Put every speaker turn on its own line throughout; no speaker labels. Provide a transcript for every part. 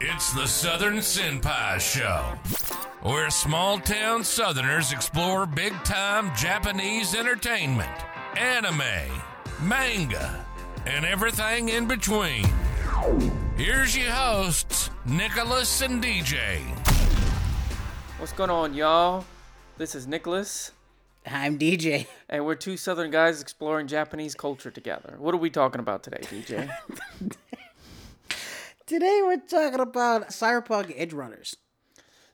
It's the Southern Sin Pie Show, where small town Southerners explore big time Japanese entertainment, anime, manga, and everything in between. Here's your hosts, Nicholas and DJ.
What's going on, y'all? This is Nicholas,
I'm DJ.
and we're two Southern guys exploring Japanese culture together. What are we talking about today, DJ?
Today we're talking about Cyberpunk Edge Runners.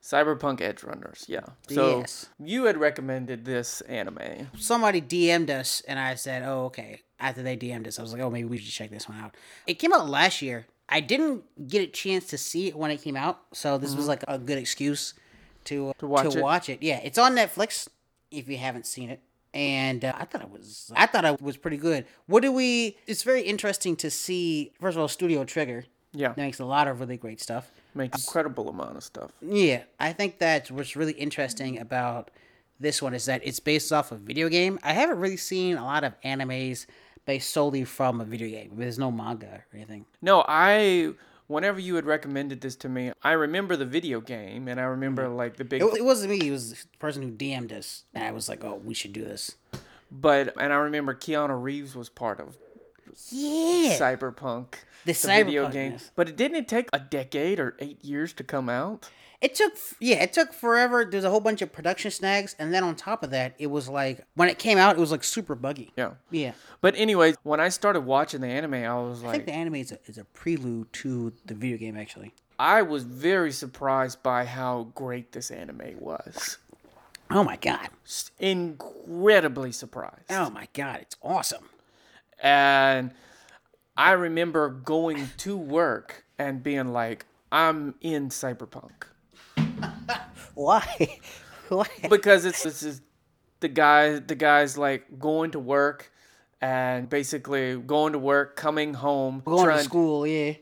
Cyberpunk Edge Runners, yeah. So
Yes.
you had recommended this anime.
Somebody DM'd us, and I said, "Oh, okay." After they DM'd us, I was like, "Oh, maybe we should check this one out." It came out last year. I didn't get a chance to see it when it came out, so this was like a good excuse to uh, to
watch it.
watch it. Yeah, it's on Netflix if you haven't seen it. And uh, I thought it was I thought it was pretty good. What do we? It's very interesting to see. First of all, Studio Trigger
Yeah,
that makes a lot of really great stuff.
makes incredible amount of stuff.
Yeah, I think that's what's really interesting about this one is that it's based off a video game. I haven't really seen a lot of animes based solely from a video game. There's no manga or anything.
No, I. Whenever you had recommended this to me, I remember the video game, and I remember like the big.
Mm-hmm. It, it wasn't me. It was the person who DM'd us, and I was like, "Oh, we should do this."
But and I remember Keanu Reeves was part of
Yeah,
Cyberpunk,
the,
video
cyberpunk
game.
is-
But it didn't it take a decade or eight years to come out.
It took f- yeah, it took forever. There's a whole bunch of production snags, and then on top of that, it was like when it came out, it was like super buggy.
Yeah.
Yeah,
But anyways, when I started watching the anime, I was
I think
like,
the anime is a, is a prelude to the video game actually.
I was very surprised by how great this anime was.
Oh my god!
S- Incredibly surprised.
Oh my god! It's awesome.
And I remember going to work and being like, I'm in cyberpunk
Why? Why?
because it's this is the guy the guy's like going to work and basically going to work, coming home,
Going
trying
to school, yeah.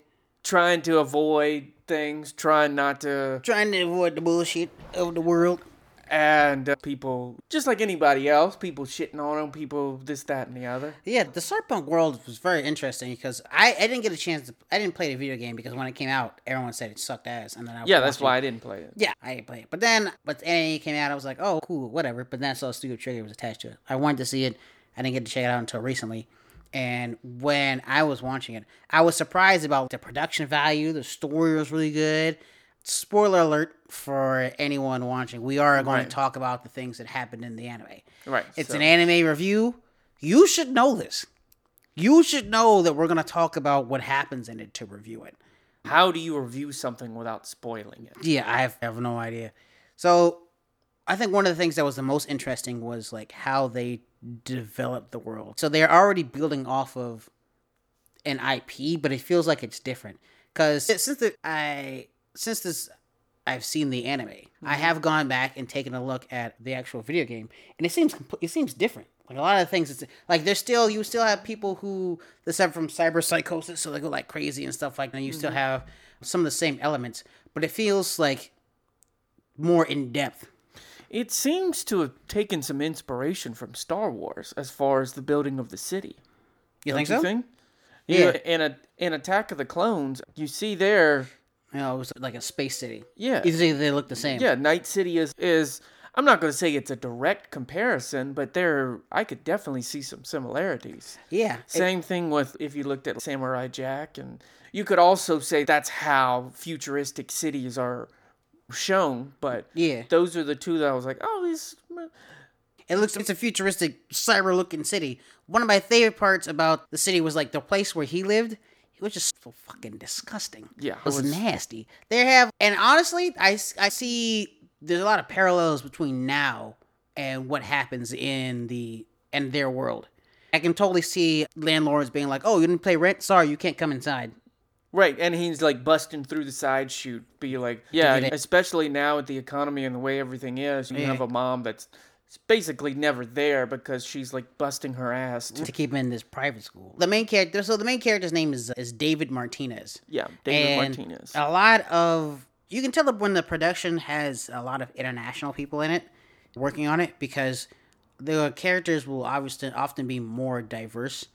trying to avoid things, trying not to
Trying to avoid the bullshit of the world.
and uh, people just like anybody else people shitting on them people this that and the other
Yeah, the Cyberpunk world was very interesting because I, I didn't get a chance to I didn't play the video game because when it came out, everyone said it sucked ass, and then I
yeah that's
watched
why i didn't play it
it. Yeah, I didn't play it. But then, but the anime came out, I was like, oh, cool, whatever. But then I saw Studio Trigger was attached to it. I wanted to see it. I didn't get to check it out until recently. And when I was watching it, I was surprised about the production value. The story was really good. Spoiler alert for anyone watching. We are going
Right.
to talk about the things that happened in the anime.
right
It's
so-
an anime review. You should know this. You should know that we're going to talk about what happens in it to review it.
how do you review something without spoiling it
Yeah, I have, I have no idea. So, I think one of the things that was the most interesting was like how they developed the world. So they're already building off of an IP, but it feels like it's different because since the I since this I've seen the anime,
Mm-hmm.
I have gone back and taken a look at the actual video game, and it seems compl- it seems different. Like a lot of things, it's like there's still you still have people who they suffer from cyber psychosis, so they go like crazy and stuff like that. You still
Mm-hmm.
have some of the same elements, but it feels like more in depth.
it seems to have taken some inspiration from star wars as far as the building of the city
You think
you
so?
think
Yeah.
You- in a in attack of the clones you see there
You know, it was like a space city.
yeah
Usually they look the same.
yeah night city is is i'm not going to say it's a direct comparison but there i could definitely see some similarities
Yeah.
Same thing with if you looked at Samurai Jack, and you could also say that's how futuristic cities are shown. But
Yeah.
those are the two that I was like, oh, these.
It looks it's a futuristic cyber looking city. One of my favorite parts about the city was like the place where he lived. It was just so fucking disgusting.
Yeah,
It was,
it was-
nasty. They have and honestly, I, s- I see there's a lot of parallels between now and what happens in the and their world. I can totally see landlords being like, "Oh, you didn't pay rent? Sorry, you can't come inside."
Right, and he's like busting through the side chute, be like, yeah, especially now with the economy and the way everything is, you have a mom that's basically never there because she's like busting her ass. To,
to keep him in this private school. The main character, so the main character's name is is David Martinez.
yeah, David
and uh,
Martinez.
A lot of you can tell that when the production has a lot of international people in it working on it because the characters will obviously often be more diverse.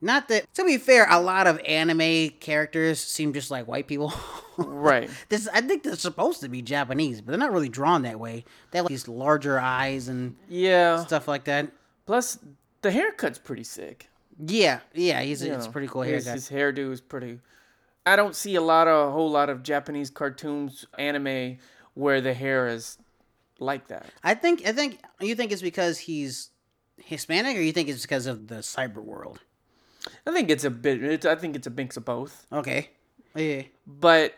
Not that to be fair, a lot of anime characters seem just like white people.
Right.
this I think they're supposed to be Japanese, but they're not really drawn that way. They have like, these larger eyes and
Yeah.
stuff like that.
Plus, the haircut's pretty sick.
Yeah, yeah, he's
you
it's
know.
pretty cool
His,
haircut.
his hairdo is pretty. I don't see a lot of a whole lot of Japanese cartoons, anime, where the hair is like that.
I think I think you think it's because he's Hispanic, or you think it's because of the cyber world?
I think it's a bit. It's, I think it's a mix of both.
Okay. Yeah.
But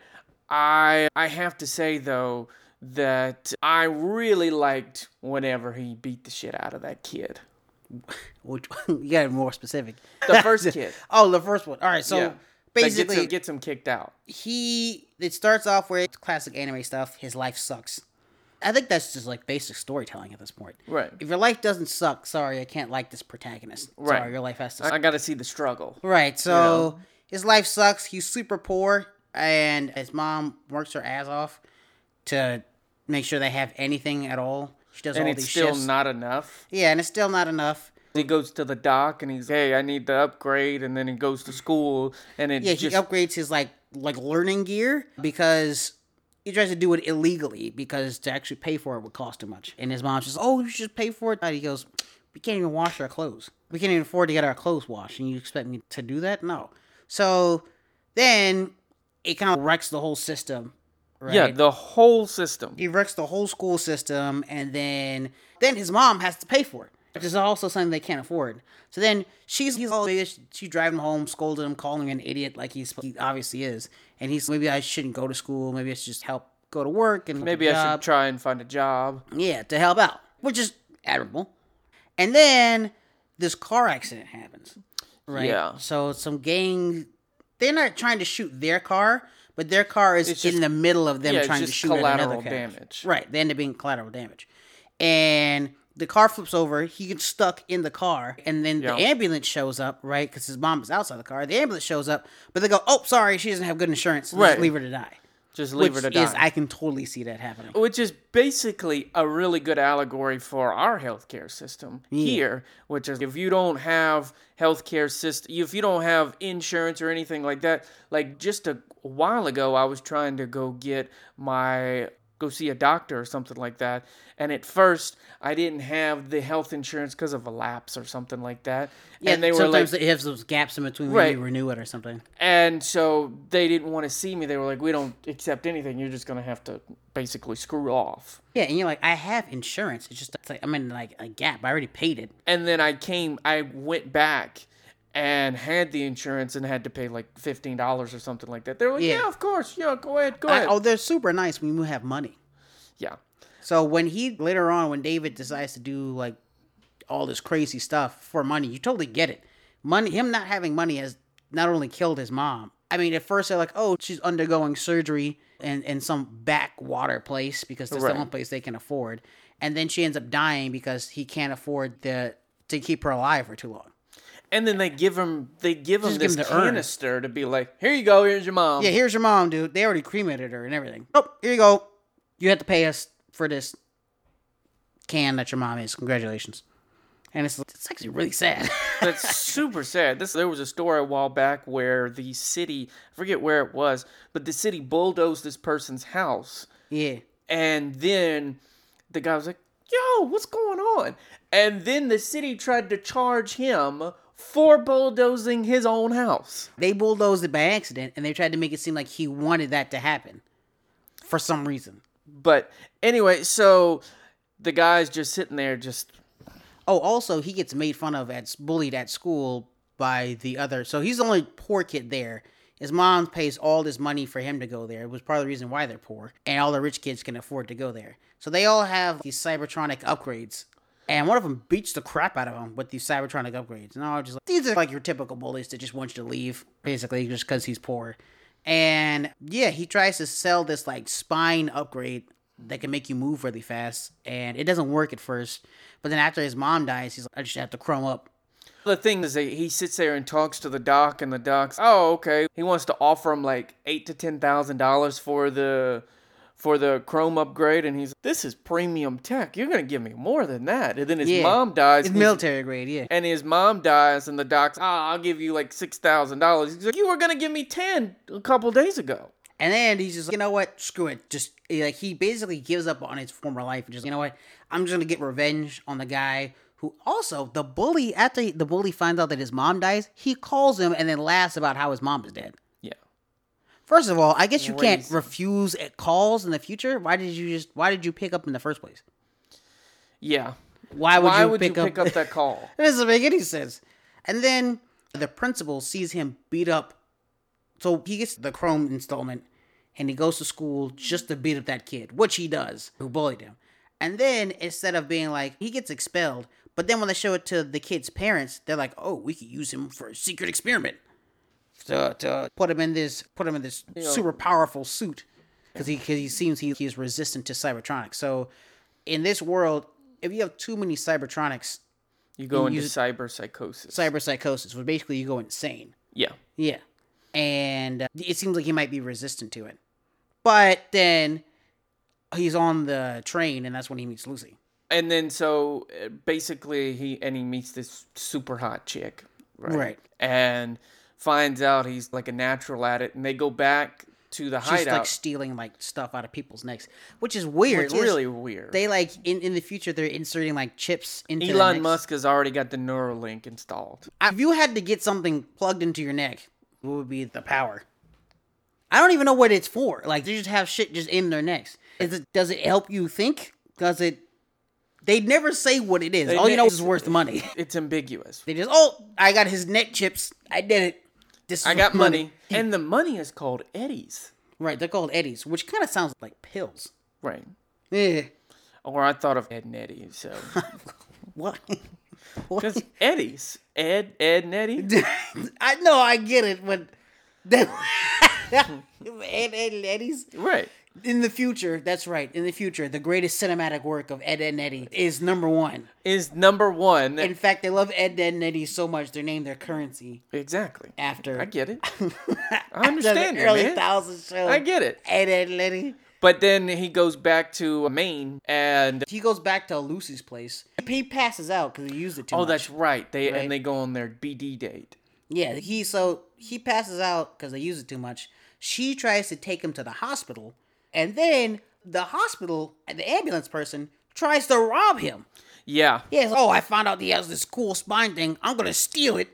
I I have to say though that I really liked whenever he beat the shit out of that kid.
Which you got to be more specific.
The first kid.
Oh, the first one. All right, so
Yeah. That
basically,
that gets him, gets him kicked out.
he it starts off where it's classic anime stuff. His life sucks. I think that's just like basic storytelling at this point.
Right.
If your life doesn't suck, sorry, I can't like this protagonist.
Right.
Sorry, your life has to.
I
Suck.
I got to see the struggle.
Right. So his life sucks. He's super poor, and his mom works her ass off to make sure they have anything at all. She does
And
all
it's
these
still
shifts.
not enough.
yeah, and it's still not enough.
He goes to the doc and he's, hey, I need to upgrade. And then he goes to school and it
Yeah,
just.
he upgrades his like like learning gear because he tries to do it illegally because to actually pay for it would cost too much. And his mom's just, oh, you should just pay for it. And he goes, we can't even wash our clothes. We can't even afford to get our clothes washed, and you expect me to do that? No. So then it kind of wrecks the whole system. Right?
Yeah, the whole system.
he wrecks the whole school system and then then his mom has to pay for it which is also something they can't afford so then she's he's all she's driving home scolding him calling him an idiot like he's he obviously is and he's maybe i shouldn't go to school maybe i should just help go to work and
Maybe I should try and find a job.
yeah to help out which is admirable and then this car accident happens right
Yeah.
so some gang they're not trying to shoot their car but their car is
It's
in
just-
the middle of them
yeah, it's
trying to
just
shoot at another
collateral
car.
damage.
Right. They end up being collateral damage. And the car flips over. He gets stuck in the car. And then
Yeah.
the ambulance shows up, right? Because his mom is outside the car. The ambulance shows up, but they go, oh, sorry, she doesn't have good insurance. Let's
Right.
leave her to die.
Just leave
Which
her to die.
is, I can totally see that happening.
which is basically a really good allegory for our healthcare system here which is if you don't have healthcare system if you don't have insurance or anything like that like just a while ago i was trying to go get my go see a doctor or something like that and at first i didn't have the health insurance because of a lapse or something like that and they were like
sometimes it has those gaps in between when
Right.
you renew it or something.
and so they didn't want to see me they were like we don't accept anything you're just going to have to basically screw off
Yeah, and you're like, I have insurance. It's just it's like I'm in like a gap. I already paid it.
and then I came, I went back and had the insurance and had to pay like fifteen dollars or something like that. They were like,
Yeah.
yeah, of course, yeah, go ahead, go
I-
ahead,
oh, they're super nice when you have money.
yeah,
So when he later on, when David decides to do like all this crazy stuff for money, you totally get it. Money, him not having money has not only killed his mom. I mean, at first they're like, oh, she's undergoing surgery in, in some backwater place because that's
Right.
the only place they can afford. And then she ends up dying because he can't afford the to keep her alive for too long.
and then they give him, they give him
Just give
this
him the urn.
canister to be like, here you go, here's your mom,
Yeah, here's your mom, dude. They already cremated her and everything. Oh, here you go. You have to pay us for this can that your mom is. Congratulations. And it's it's actually really sad.
That's super sad. This there was a story a while back where the city, I forget where it was, but the city bulldozed this person's house
yeah.
And then the guy was like, Yo, what's going on? And then the city tried to charge him for bulldozing his own house.
They bulldozed it by accident and they tried to make it seem like he wanted that to happen for some reason.
But anyway, so the guy's just sitting there, just
Oh, also, he gets made fun of at bullied at school by the other. So he's the only poor kid there. His mom pays all this money for him to go there. It was part of the reason why they're poor, and all the rich kids can afford to go there. So they all have these Cybertronic upgrades, and one of them beats the crap out of him with these Cybertronic upgrades. And I was just like, these are like your typical bullies that just want you to leave, basically, just because he's poor. And yeah, he tries to sell this like spine upgrade that can make you move really fast, and it doesn't work at first. But then after his mom dies, he's like, I just have to chrome up.
the thing is that he sits there and talks to the doc, and the doc's, oh, okay. He wants to offer him like eight to ten thousand dollars for the for the Chrome upgrade, and he's, this is premium tech. You're gonna give me more than that. And then his
Yeah.
mom dies.
It's
and he's-
military grade, yeah.
and his mom dies and the doc's ah i'll give you like $6000 he's like you were gonna give me 10 a couple days ago
And then he's just, like, you know what? Screw it. Just like he basically gives up on his former life and just, you know what? I'm just gonna get revenge on the guy who also the bully. After the bully finds out that his mom dies, he calls him and then laughs about how his mom is dead.
Yeah.
First of all, I guess you can't
Crazy.
refuse calls in the future. Why did you just? Why did you pick up in the first place?
Yeah.
Why would
Why
you,
would
pick,
you
up,
pick up that call?
It doesn't make any sense. And then the principal sees him beat up. So he gets the Chrome installment and he goes to school just to beat up that kid, which he does, who bullied him. And then instead of being like, he gets expelled, but then when they show it to the kid's parents, they're like, oh, we could use him for a secret experiment. To, to put him in this, put him in this super powerful suit, because he, cause he seems he, he is resistant to Cybertronics. So, in this world, if you have too many Cybertronics,
You go into
use-
cyber psychosis.
cyber psychosis, where basically you go insane.
yeah.
Yeah. And uh, it seems like he might be resistant to it. But then he's on the train, and that's when he meets Lucy.
And then so uh, basically he and he meets this super hot chick, right?
Right.
And finds out he's like a natural at it and they go back to the
She's like
hideout.
stealing like stuff out of people's necks, which is weird.
it's
It's-
really weird.
They like in, in the future they're inserting like chips into their
Elon
necks.
Musk has already got the Neuralink installed.
I- If you had to get something plugged into your neck, what would be the power? I don't even know what it's for. Like they just have shit just in their necks. Is it, does it help you think? Does it? They never say what it is. All you
ne-
know is it's worth money.
It's ambiguous.
They just oh, I got his neck chips. I did it. This is
I got
my
money. And the money is called Eddie's.
Right, they're called eddies, which kind of sounds like pills.
Right.
Yeah.
Or I thought of Ed and Eddie, so
What? What?
because Eddie's Ed Ed and Eddie.
I know I get it, but that Ed, Ed, and Eddies
Right.
in the future. That's right. In the future, the greatest cinematic work of Ed, Ed and Eddie is number one.
Is number one
In fact, they love Ed, Ed and Eddie so much they named their currency
exactly.
after.
I get it.
after
understand
the
you,
early
man.
thousand show.
I get it.
Ed, Ed and Eddie.
But then he goes back to Maine and
He goes back to Lucy's place. He passes out because he used it too
oh,
much.
that's right. They
Right.
and they go on their BD date.
Yeah, he so he passes out because they use it too much. She tries to take him to the hospital, and then the hospital, the ambulance person tries to rob him.
Yeah,
Yeah, it's, oh, I found out he has this cool spine thing. I'm gonna steal it.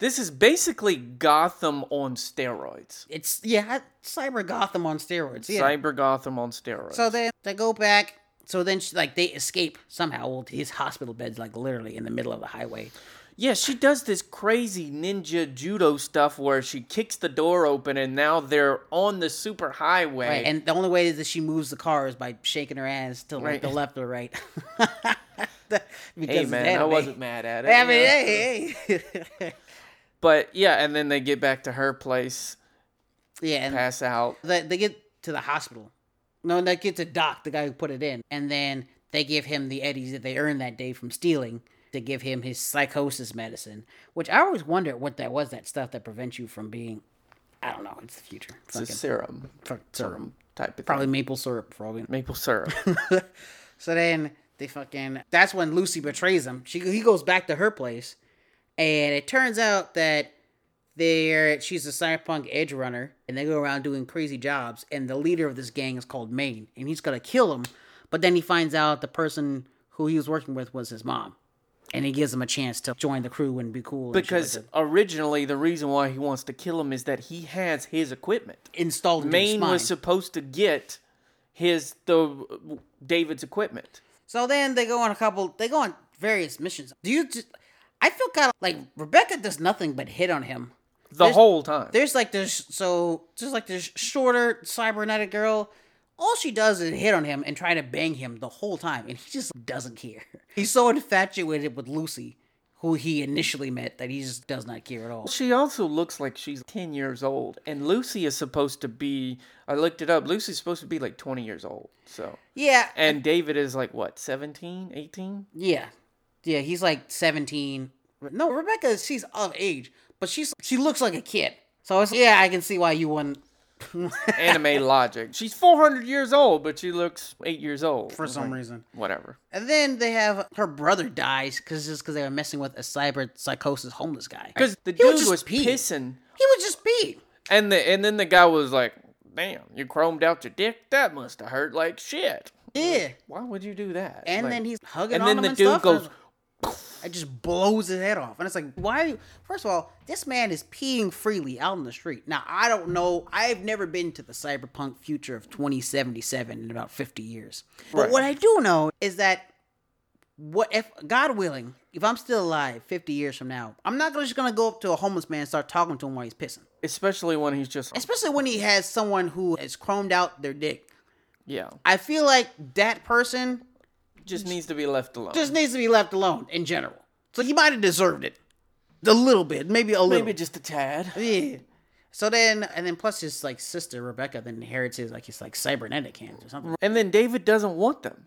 this is basically Gotham on steroids.
It's yeah, cyber Gotham on steroids. Yeah.
Cyber Gotham on steroids.
so then they go back. So then, she, like, they escape somehow. Well, his hospital bed's like literally in the middle of the highway.
yeah, she does this crazy ninja judo stuff where she kicks the door open and now they're on the super highway.
Right, and the only way that she moves the car is by shaking her ass to like
Right.
the left or right. because
hey
of
man, I
anime.
wasn't mad at it.
I mean,
you know?
hey, hey.
But yeah, and then they get back to her place,
yeah, and
pass out.
they, they get to the hospital. No, they get to Doc, the guy who put it in, and then they give him the eddies that they earned that day from stealing to give him his psychosis medicine, which I always wondered what that was. That stuff that prevents you from being, I don't know. It's the future. It's
It's a serum,
fuck, syrup.
type of
Probably
thing.
maple syrup. Probably.
Maple syrup.
So then they fucking. That's when Lucy betrays him. She he goes back to her place, and it turns out that there she's a cyberpunk edge runner, and they go around doing crazy jobs. And the leader of this gang is called Maine, and he's gonna kill him. But then he finds out the person who he was working with was his mom, and he gives him a chance to join the crew and be cool. and shit like
because
that.
originally the reason why he wants to kill him is that he has his equipment.
installed into his
Maine was
spine.
supposed to get his the David's equipment.
So then they go on a couple. They go on various missions. Do you just? I feel kind of like Rebecca does nothing but hit on him.
The whole time.
There's like this. So just like this shorter cybernetic girl. All she does is hit on him and try to bang him the whole time, and he just doesn't care. He's so infatuated with Lucy, who he initially met, that he just does not care at all.
She also looks like she's 10 years old and Lucy is supposed to be I looked it up. Lucy's supposed to be like 20 years old. So
Yeah,
and David is like what, 17, 18?
yeah, yeah. He's like seventeen. No, Rebecca, she's of age, but she's she looks like a kid. So it's, yeah, I can see why you wouldn't
Anime logic. She's 400 years old, but she looks 8 years old.
for some reason.
Whatever.
And then they have her brother dies because just because they were messing with a cyber psychosis homeless guy.
Cuz the
He
dude
just
was
pee.
pissing
He would just pee.
And the and then the guy was like, damn, you chromed out your dick. That must have hurt like shit.
Yeah.
Why would you do that?
And
Like-
then he's hugging
and
on
then
him
the
and
dude
stuff.
goes,
It just blows his head off. And it's like, why are you first of all, this man is peeing freely out in the street. Now I don't know. I've never been to the cyberpunk future of twenty seventy seven in about fifty years. But
Right.
what I do know is that what if God willing, if I'm still alive fifty years from now, I'm not gonna just gonna go up to a homeless man and start talking to him while he's pissing.
especially when he's just,
Especially when he has someone who has chromed out their dick.
yeah,
I feel like that person
just needs to be left alone.
just needs to be left alone in general. So he might have deserved it, a little bit, maybe a little.
Maybe just a tad.
yeah. So then, and then plus his like sister Rebecca then inherits his like his like cybernetic hands or something.
And then David doesn't want them.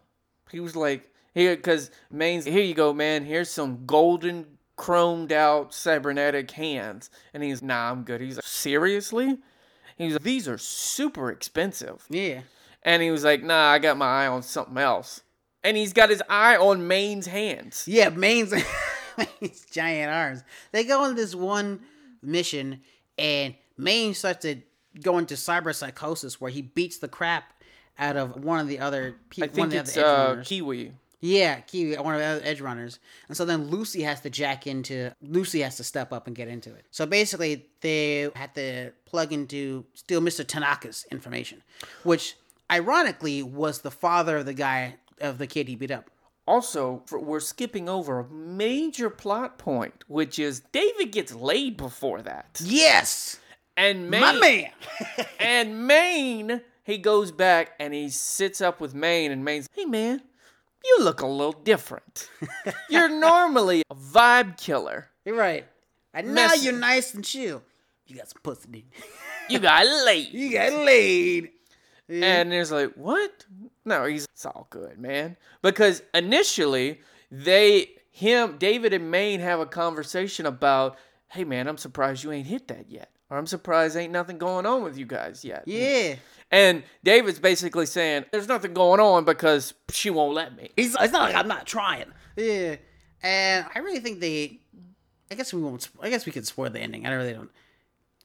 He was like, here, because Maine's, here you go, man. Here's some golden, chromed out cybernetic hands. And he's, nah, I'm good. He's like, seriously? He's like, these are super expensive.
Yeah.
And he was like, nah, I got my eye on something else. And he's got his eye on Maine's hands.
Yeah, Maine's, Maine's giant arms. They go on this one mission, and Maine starts to go into cyber psychosis where he beats the crap out of one of the other
I
people. one
think
of the
it's
other edge
uh,
runners.
Kiwi.
Yeah, Kiwi, one of the other edge runners. And so then Lucy has to jack into Lucy has to step up and get into it. So basically they had to plug into steal Mr. Tanaka's information, which ironically was the father of the guy of the kid he beat up.
Also, for, we're skipping over a major plot point, which is David gets laid before that.
Yes.
And Maine,
My man.
And Maine, he goes back and he sits up with Maine, and Maine's, hey man, you look a little different. You're normally a vibe killer.
you're right. And now
Messy.
you're nice and chill. You got some pussy. dude.
You got late.
You got laid.
And there's like, what? No, he's it's all good, man. Because initially they him David and Maine have a conversation about, hey man, I'm surprised you ain't hit that yet. Or I'm surprised ain't nothing going on with you guys yet.
Yeah.
And David's basically saying, There's nothing going on because she won't let me.
It's, it's not like I'm not trying. Yeah, and I really think they. I guess we won't. sp- I guess we could spoil the ending. I really don't.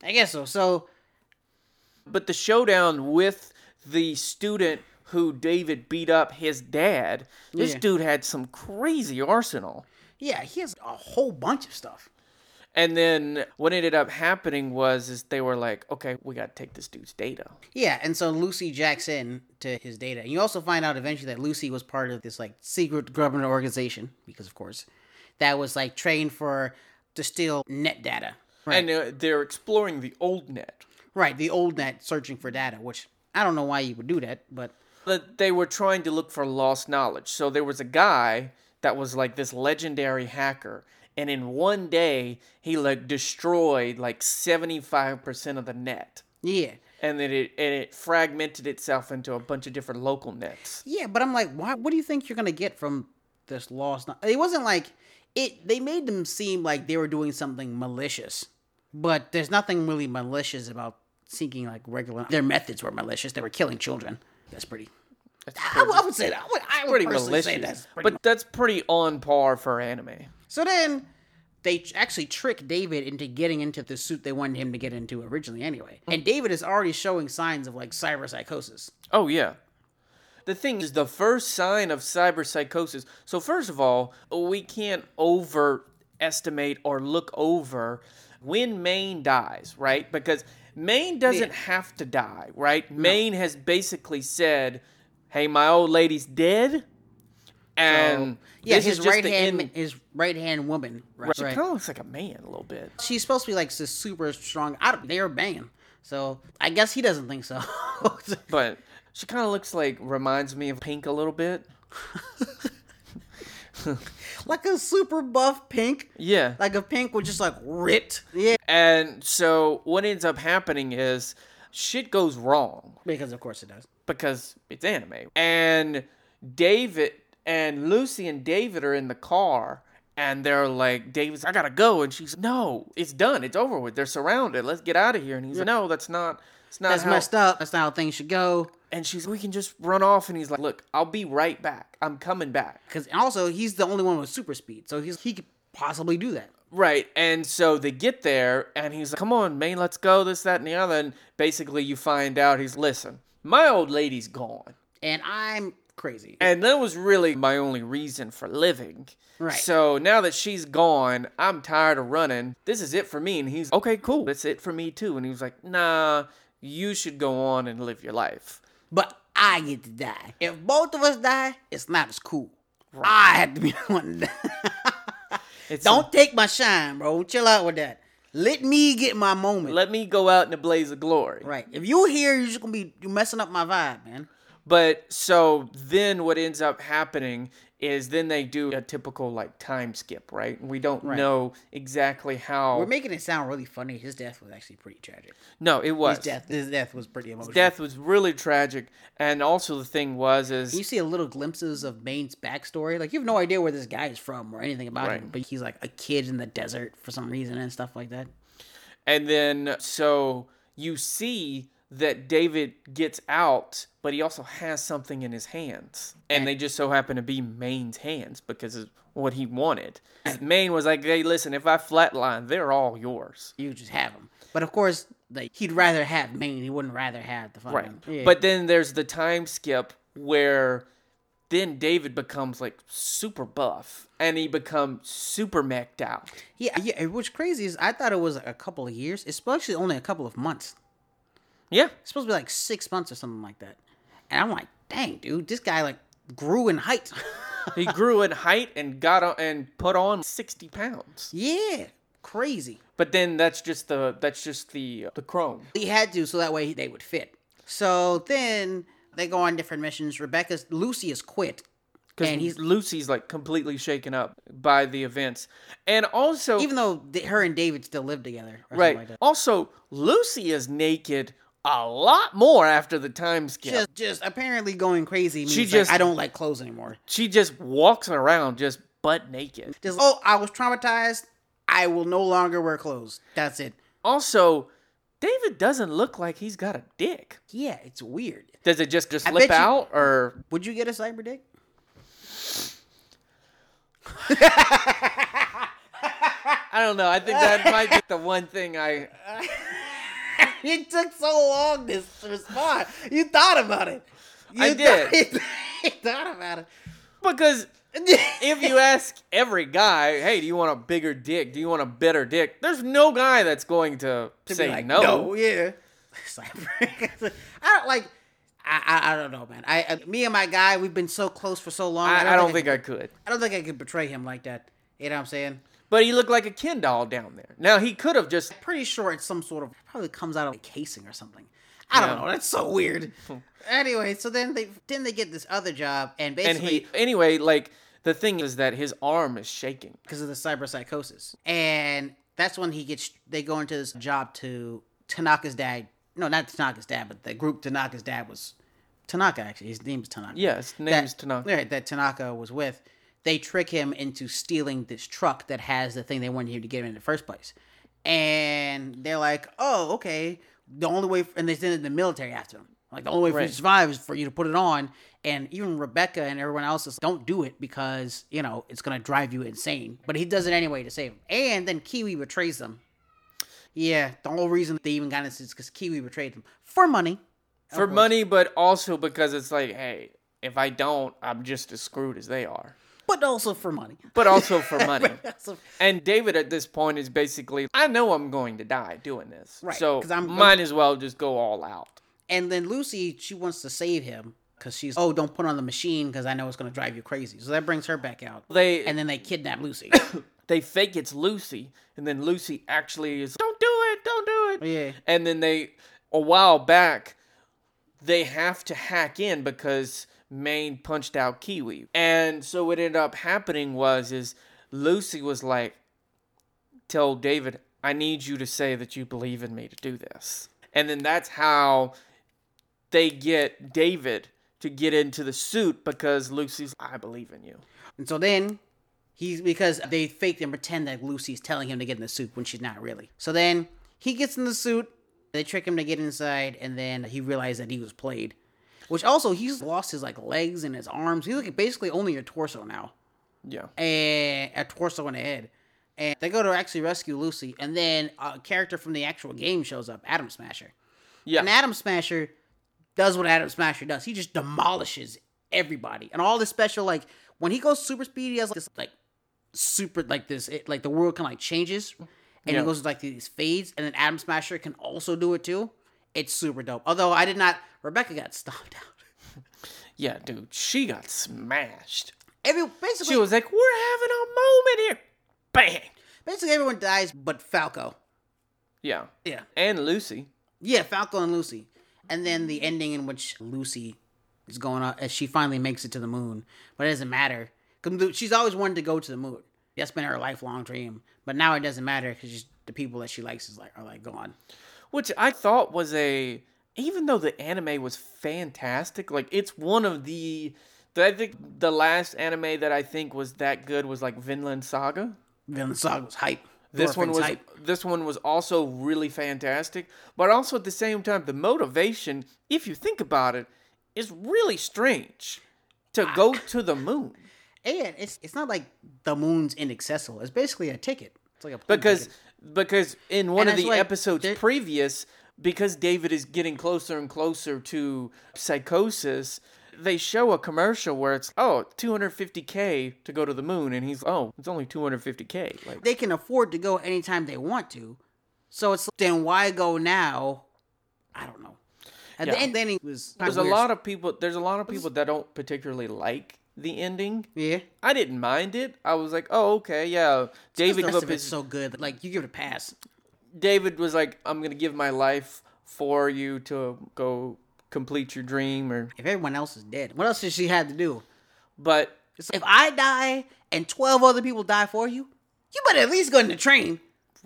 I guess so. So
But the showdown with the student who David beat up his dad, this
Yeah.
dude had some crazy arsenal.
yeah, he has a whole bunch of stuff.
And then what ended up happening was is they were like, okay, we got to take this dude's data.
Yeah, and so Lucy jacks in to his data. And you also find out eventually that Lucy was part of this like secret government organization because of course, that was like trained for to steal net data. Right.
And uh, they're exploring the old net.
right, the old net searching for data, which I don't know why you would do that, but
But they were trying to look for lost knowledge. So there was a guy that was like this legendary hacker. And in one day, he like destroyed like 75% of the net.
yeah.
and then it and it fragmented itself into a bunch of different local nets.
Yeah, but I'm like, why? What do you think you're gonna get from this lost? no- It wasn't like it. They made them seem like they were doing something malicious, but there's nothing really malicious about seeking like regular. Their methods were malicious. They were killing children. That's pretty. I, would- I would say that. I would, I would
Pretty
personally
malicious,
say that's pretty.
but that's pretty on par for anime.
so then they ch- actually trick David into getting into the suit they wanted him to get into originally, anyway.
Mm.
And David is already showing signs of like cyber psychosis.
Oh yeah. The thing is, the first sign of cyber psychosis. So first of all, we can't overestimate or look over when Maine dies, right? Because Maine doesn't have to die, right? Maine has basically said, "Hey, my old lady's dead," and
Yeah,
this is
his
just the
right hand,
end-
his right hand woman, right?
She
right.
kind of looks like a man a little bit.
she's supposed to be like this super strong. I don't, they are banging, so I guess he doesn't think so.
but she kind of looks like reminds me of Pink a little bit.
like a super buff pink,
Yeah.
like a pink with just like ripped. Yeah,
And so what ends up happening is shit goes wrong
because of course it does.
because it's anime. And David and Lucy and David are in the car and they're like, David's, I gotta go. And she's, no, it's done. It's over with. They're surrounded. Let's get out of here. And he's like, no, that's not. It's not
That's
how,
messed up. That's not how things should go.
And she's, we can just run off. And he's like, look, I'll be right back. I'm coming back.
Because also he's the only one with super speed, so he's he could possibly do that.
Right. And so they get there, and he's like, come on, man, let's go, this, that, and the other. And basically, you find out he's, listen, my old lady's gone.
and I'm crazy.
And that was really my only reason for living.
Right.
So now that she's gone, I'm tired of running. This is it for me. And he's, okay, cool. That's it for me, too. And he was like, nah, you should go on and live your life.
But I get to die. If both of us die, it's not as cool. I had to be the one. to die.
It's
Don't take my shine, bro. Chill out with that. Let me get my moment.
Let me go out in a blaze of glory.
right. If you here, you're just gonna be you messing up my vibe, man.
But so then what ends up happening is then they do a typical like time skip, right? We don't know exactly how.
We're making it sound really funny. His death was actually pretty tragic.
no, it was.
His death, his death was pretty emotional.
Death was really tragic. And also the thing was is
You see a little glimpses of Maine's backstory. Like you have no idea where this guy is from or anything about him, but he's like a kid in the desert for some reason and stuff like that.
And then so you see that David gets out, but he also has something in his hands. And they just so happen to be Maine's hands because it's what he wanted. Maine was like, hey, listen, if I flatline, they're all yours.
You just have him. But of course, like he'd rather have Maine. He wouldn't rather have the fucking.
Right.
Yeah.
But then there's the time skip where then David becomes like super buff and he becomes super mech'd out.
yeah, yeah. What's crazy is I thought it was a couple of years. It's actually only a couple of months.
Yeah.
It's supposed to be like six months or something like that. And I'm like, dang, dude, this guy like grew in height.
He grew in height and got on and put on 60 pounds.
yeah, crazy.
But then that's just the that's just the the chrome.
He had to, so that way they would fit. So then they go on different missions. Rebecca's Lucy has quit, and he's
Lucy's like completely shaken up by the events, and also
even though th- her and David still live together. Or
right.
Something like that.
also, Lucy is naked a lot more after the time skip.
Just, just apparently going crazy. Means
She
like,
just-
I don't like clothes anymore.
she just walks around just butt naked.
Just oh, I was traumatized. I will no longer wear clothes. That's it.
Also, David doesn't look like he's got a dick.
Yeah, it's weird.
Does it just just
I
slip
bet you-
out or
Would you get a cyber dick?
I don't know. I think that might be the one thing I
It took so long to s- respond. You thought about it. You
I did.
Thought, you thought about it.
because if you ask every guy, hey, do you want a bigger dick? Do you want a better dick? There's no guy that's going to,
to be
say
like,
no.
yeah. It's like, I don't like. I, I I don't know, man. I, I me and my guy, we've been so close for so long.
I, I don't
think
think I could.
I, don't think I could betray him like that. You know what I'm saying?
But he looked like a Ken doll down there. Now he could have just
Pretty sure it's some sort of probably comes out of a casing or something. I don't know. That's so weird. anyway, so then they then they get this other job, and
and
basically
he anyway like the thing is that his arm is shaking.
because of the cyber psychosis. And that's when he gets they go into this job to Tanaka's dad. No, not Tanaka's dad, but the group Tanaka's dad was Tanaka actually. His name is Tanaka.
Yeah, his name is Tanaka.
Right, that Tanaka was with. They trick him into stealing this truck that has the thing they wanted him to get him in the first place. And they're like, "Oh, okay. The only way, and they send it to the military after him. Like the only way for you to survive is for you to put it on." And even Rebecca and everyone else is, "Don't do it because you know it's gonna drive you insane." But he does it anyway to save him. And then Kiwi betrays them. Yeah, the whole reason they even got this is because Kiwi betrayed them for money.
For money, but also because it's like, hey, if I don't, I'm just as screwed as they are.
But also for money.
But also for money.
So-
And David at this point is basically, I know I'm going to die doing this.
Right,
So
'cause I'm-
might as well just go all out.
And then Lucy, she wants to save him because she's, oh, don't put on the machine because I know it's going to drive you crazy. So that brings her back out.
They
and then they kidnap Lucy.
they fake it's Lucy, and then Lucy actually is don't do it, don't do it.
Yeah.
And then they a while back they have to hack in because Maine punched out Kiwi. And so what ended up happening was is Lucy was like tell David, I need you to say that you believe in me to do this. And then that's how they get David to get into the suit because Lucy's I believe in you.
and so then he's, because they faked and pretend that Lucy's telling him to get in the suit when she's not really. So then he gets in the suit. They trick him to get inside. And then he realized that he was played. Which also, he's lost his like legs and his arms. He's like basically only a torso now.
Yeah.
and a torso and a head. and they go to actually rescue Lucy, and then a character from the actual game shows up, Adam Smasher.
Yeah.
And Adam Smasher does what Adam Smasher does. He just demolishes everybody. And all the special, like, when he goes super speed, he has like, this, like, super, like, this, it, like, the world kind of, like, changes. And
Yeah.
he goes, like, these fades. And then Adam Smasher can also do it, too. It's super dope. Although I did not, Rebecca got stomped out.
Yeah, dude, she got smashed.
Every, basically,
She was like, "We're having a moment here." Bang.
basically everyone dies but Falco.
Yeah.
Yeah.
And Lucy.
Yeah, Falco and Lucy. And then the ending in which Lucy is going on as she finally makes it to the moon. But it doesn't matter. 'Cause Lu- She's always wanted to go to the moon. That's been her lifelong dream. But now it doesn't matter because the people that she likes is like are like gone.
which I thought was a even though the anime was fantastic, like it's one of the I think the last anime that I think was that good was like Vinland Saga.
Villain Saga was hype.
This one
Thorfinn's
was
hype.
this one was also really fantastic, but also at the same time the motivation, if you think about it, is really strange to go to the moon.
and it's it's not like the moon's inaccessible. It's basically a ticket. It's like a plane
because
ticket.
because in one
And
of
that's
the
why
episodes
there-
previous because david is getting closer and closer to psychosis they show a commercial where it's oh 250k to go to the moon and he's oh it's only 250k like
they can afford to go anytime they want to. So it's then why go now? I don't know. And
Yeah.
the end- the ending was
there's a lot of people there's a lot of people that don't particularly like the ending
yeah.
i didn't mind it i was like oh okay yeah david gave
the rest
up
of it's
his-
so good. Like you give it a pass.
David was like, I'm gonna give my life for you to go complete your dream or
If everyone else is dead, what else does she have to do?
but
It's like, if I die and twelve other people die for you, you better at least go in the train.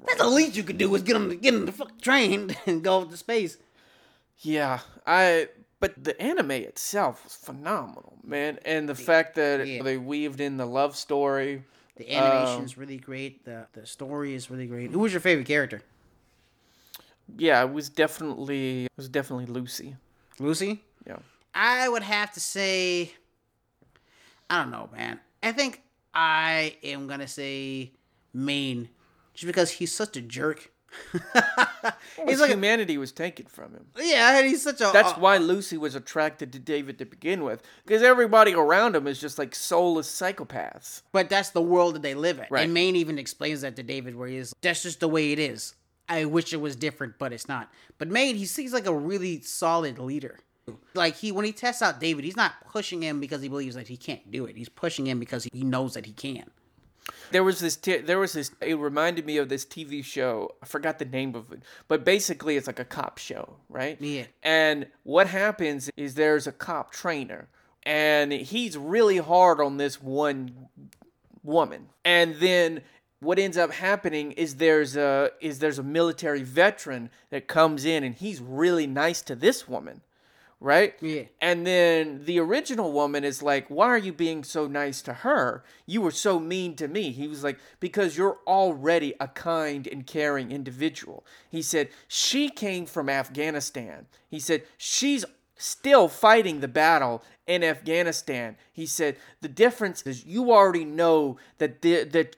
That's the least you could do is get them to get in the fuck train and go to space.
yeah, I but the anime itself was phenomenal, man. And the fact that
yeah.
they weaved in the love story.
The animation's really great. The the story is really great. Who was your favorite character?
Yeah, it was definitely it was definitely Lucy.
Lucy.
Yeah.
I would have to say, I don't know, man. I think I am gonna say Maine, just because he's such a jerk.
His
he's like, a,
humanity was taken from him.
yeah, and he's such a.
That's
uh,
why Lucy was attracted to David to begin with, because everybody around him is just like soulless psychopaths.
but that's the world that they live in.
Right.
And Maine even explains that to David, where he is. That's just the way it is. I wish it was different, but it's not. But Maine, he seems like a really solid leader. Like he, when he tests out David, he's not pushing him because he believes that he can't do it. He's pushing him because he knows that he can.
There was this. T- there was this. It reminded me of this TV show. I forgot the name of it, but basically, it's like a cop show, right?
Yeah.
And what happens is there's a cop trainer, and he's really hard on this one woman, and then what ends up happening is there's a is there's a military veteran that comes in, and he's really nice to this woman, right?
Yeah.
And then the original woman is like, Why are you being so nice to her? You were so mean to me. He was like, Because you're already a kind and caring individual. He said, She came from Afghanistan. He said, She's still fighting the battle in Afghanistan. He said, The difference is you already know that, the, that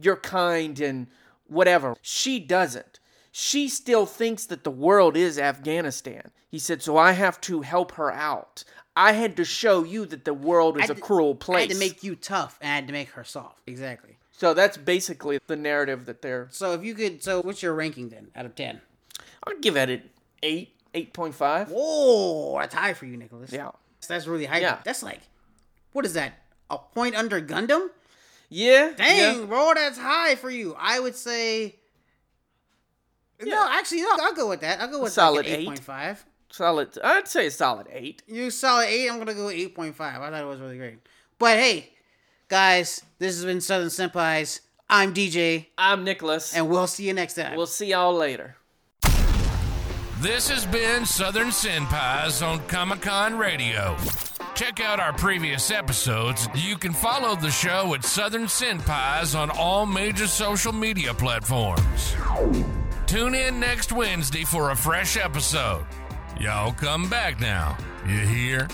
you're kind and whatever. She doesn't. She still thinks that the world is Afghanistan. He said, so I have to help her out. I had to show you that the world is a
d-
cruel
I
place.
had to make you tough and I had to make her soft. Exactly.
so that's basically the narrative that they're.
So if you could, so what's your ranking then out of 10?
I'll give it an 8, 8.5.
Whoa, that's high for you, Nicholas.
Yeah.
That's really high.
Yeah.
That's like, what is that? A point under Gundam?
Yeah. yeah.
Dang, bro, that's high for you. I would say. No, actually, no, I'll go with that. I'll go with
Solid
like an
eight.
8.5.
Solid. I'd say a solid 8.
You solid 8, I'm going to go 8.5. I thought it was really great. But hey, guys, this has been Southern Senpais. I'm DJ,
I'm Nicholas. And
and we'll see you next time.
we'll see y'all later.
This has been Southern Senpais on Comic Con Radio. Check out our previous episodes. You can follow the show at Southern Senpais on all major social media platforms. Tune in next Wednesday for a fresh episode. Y'all come back now. You hear?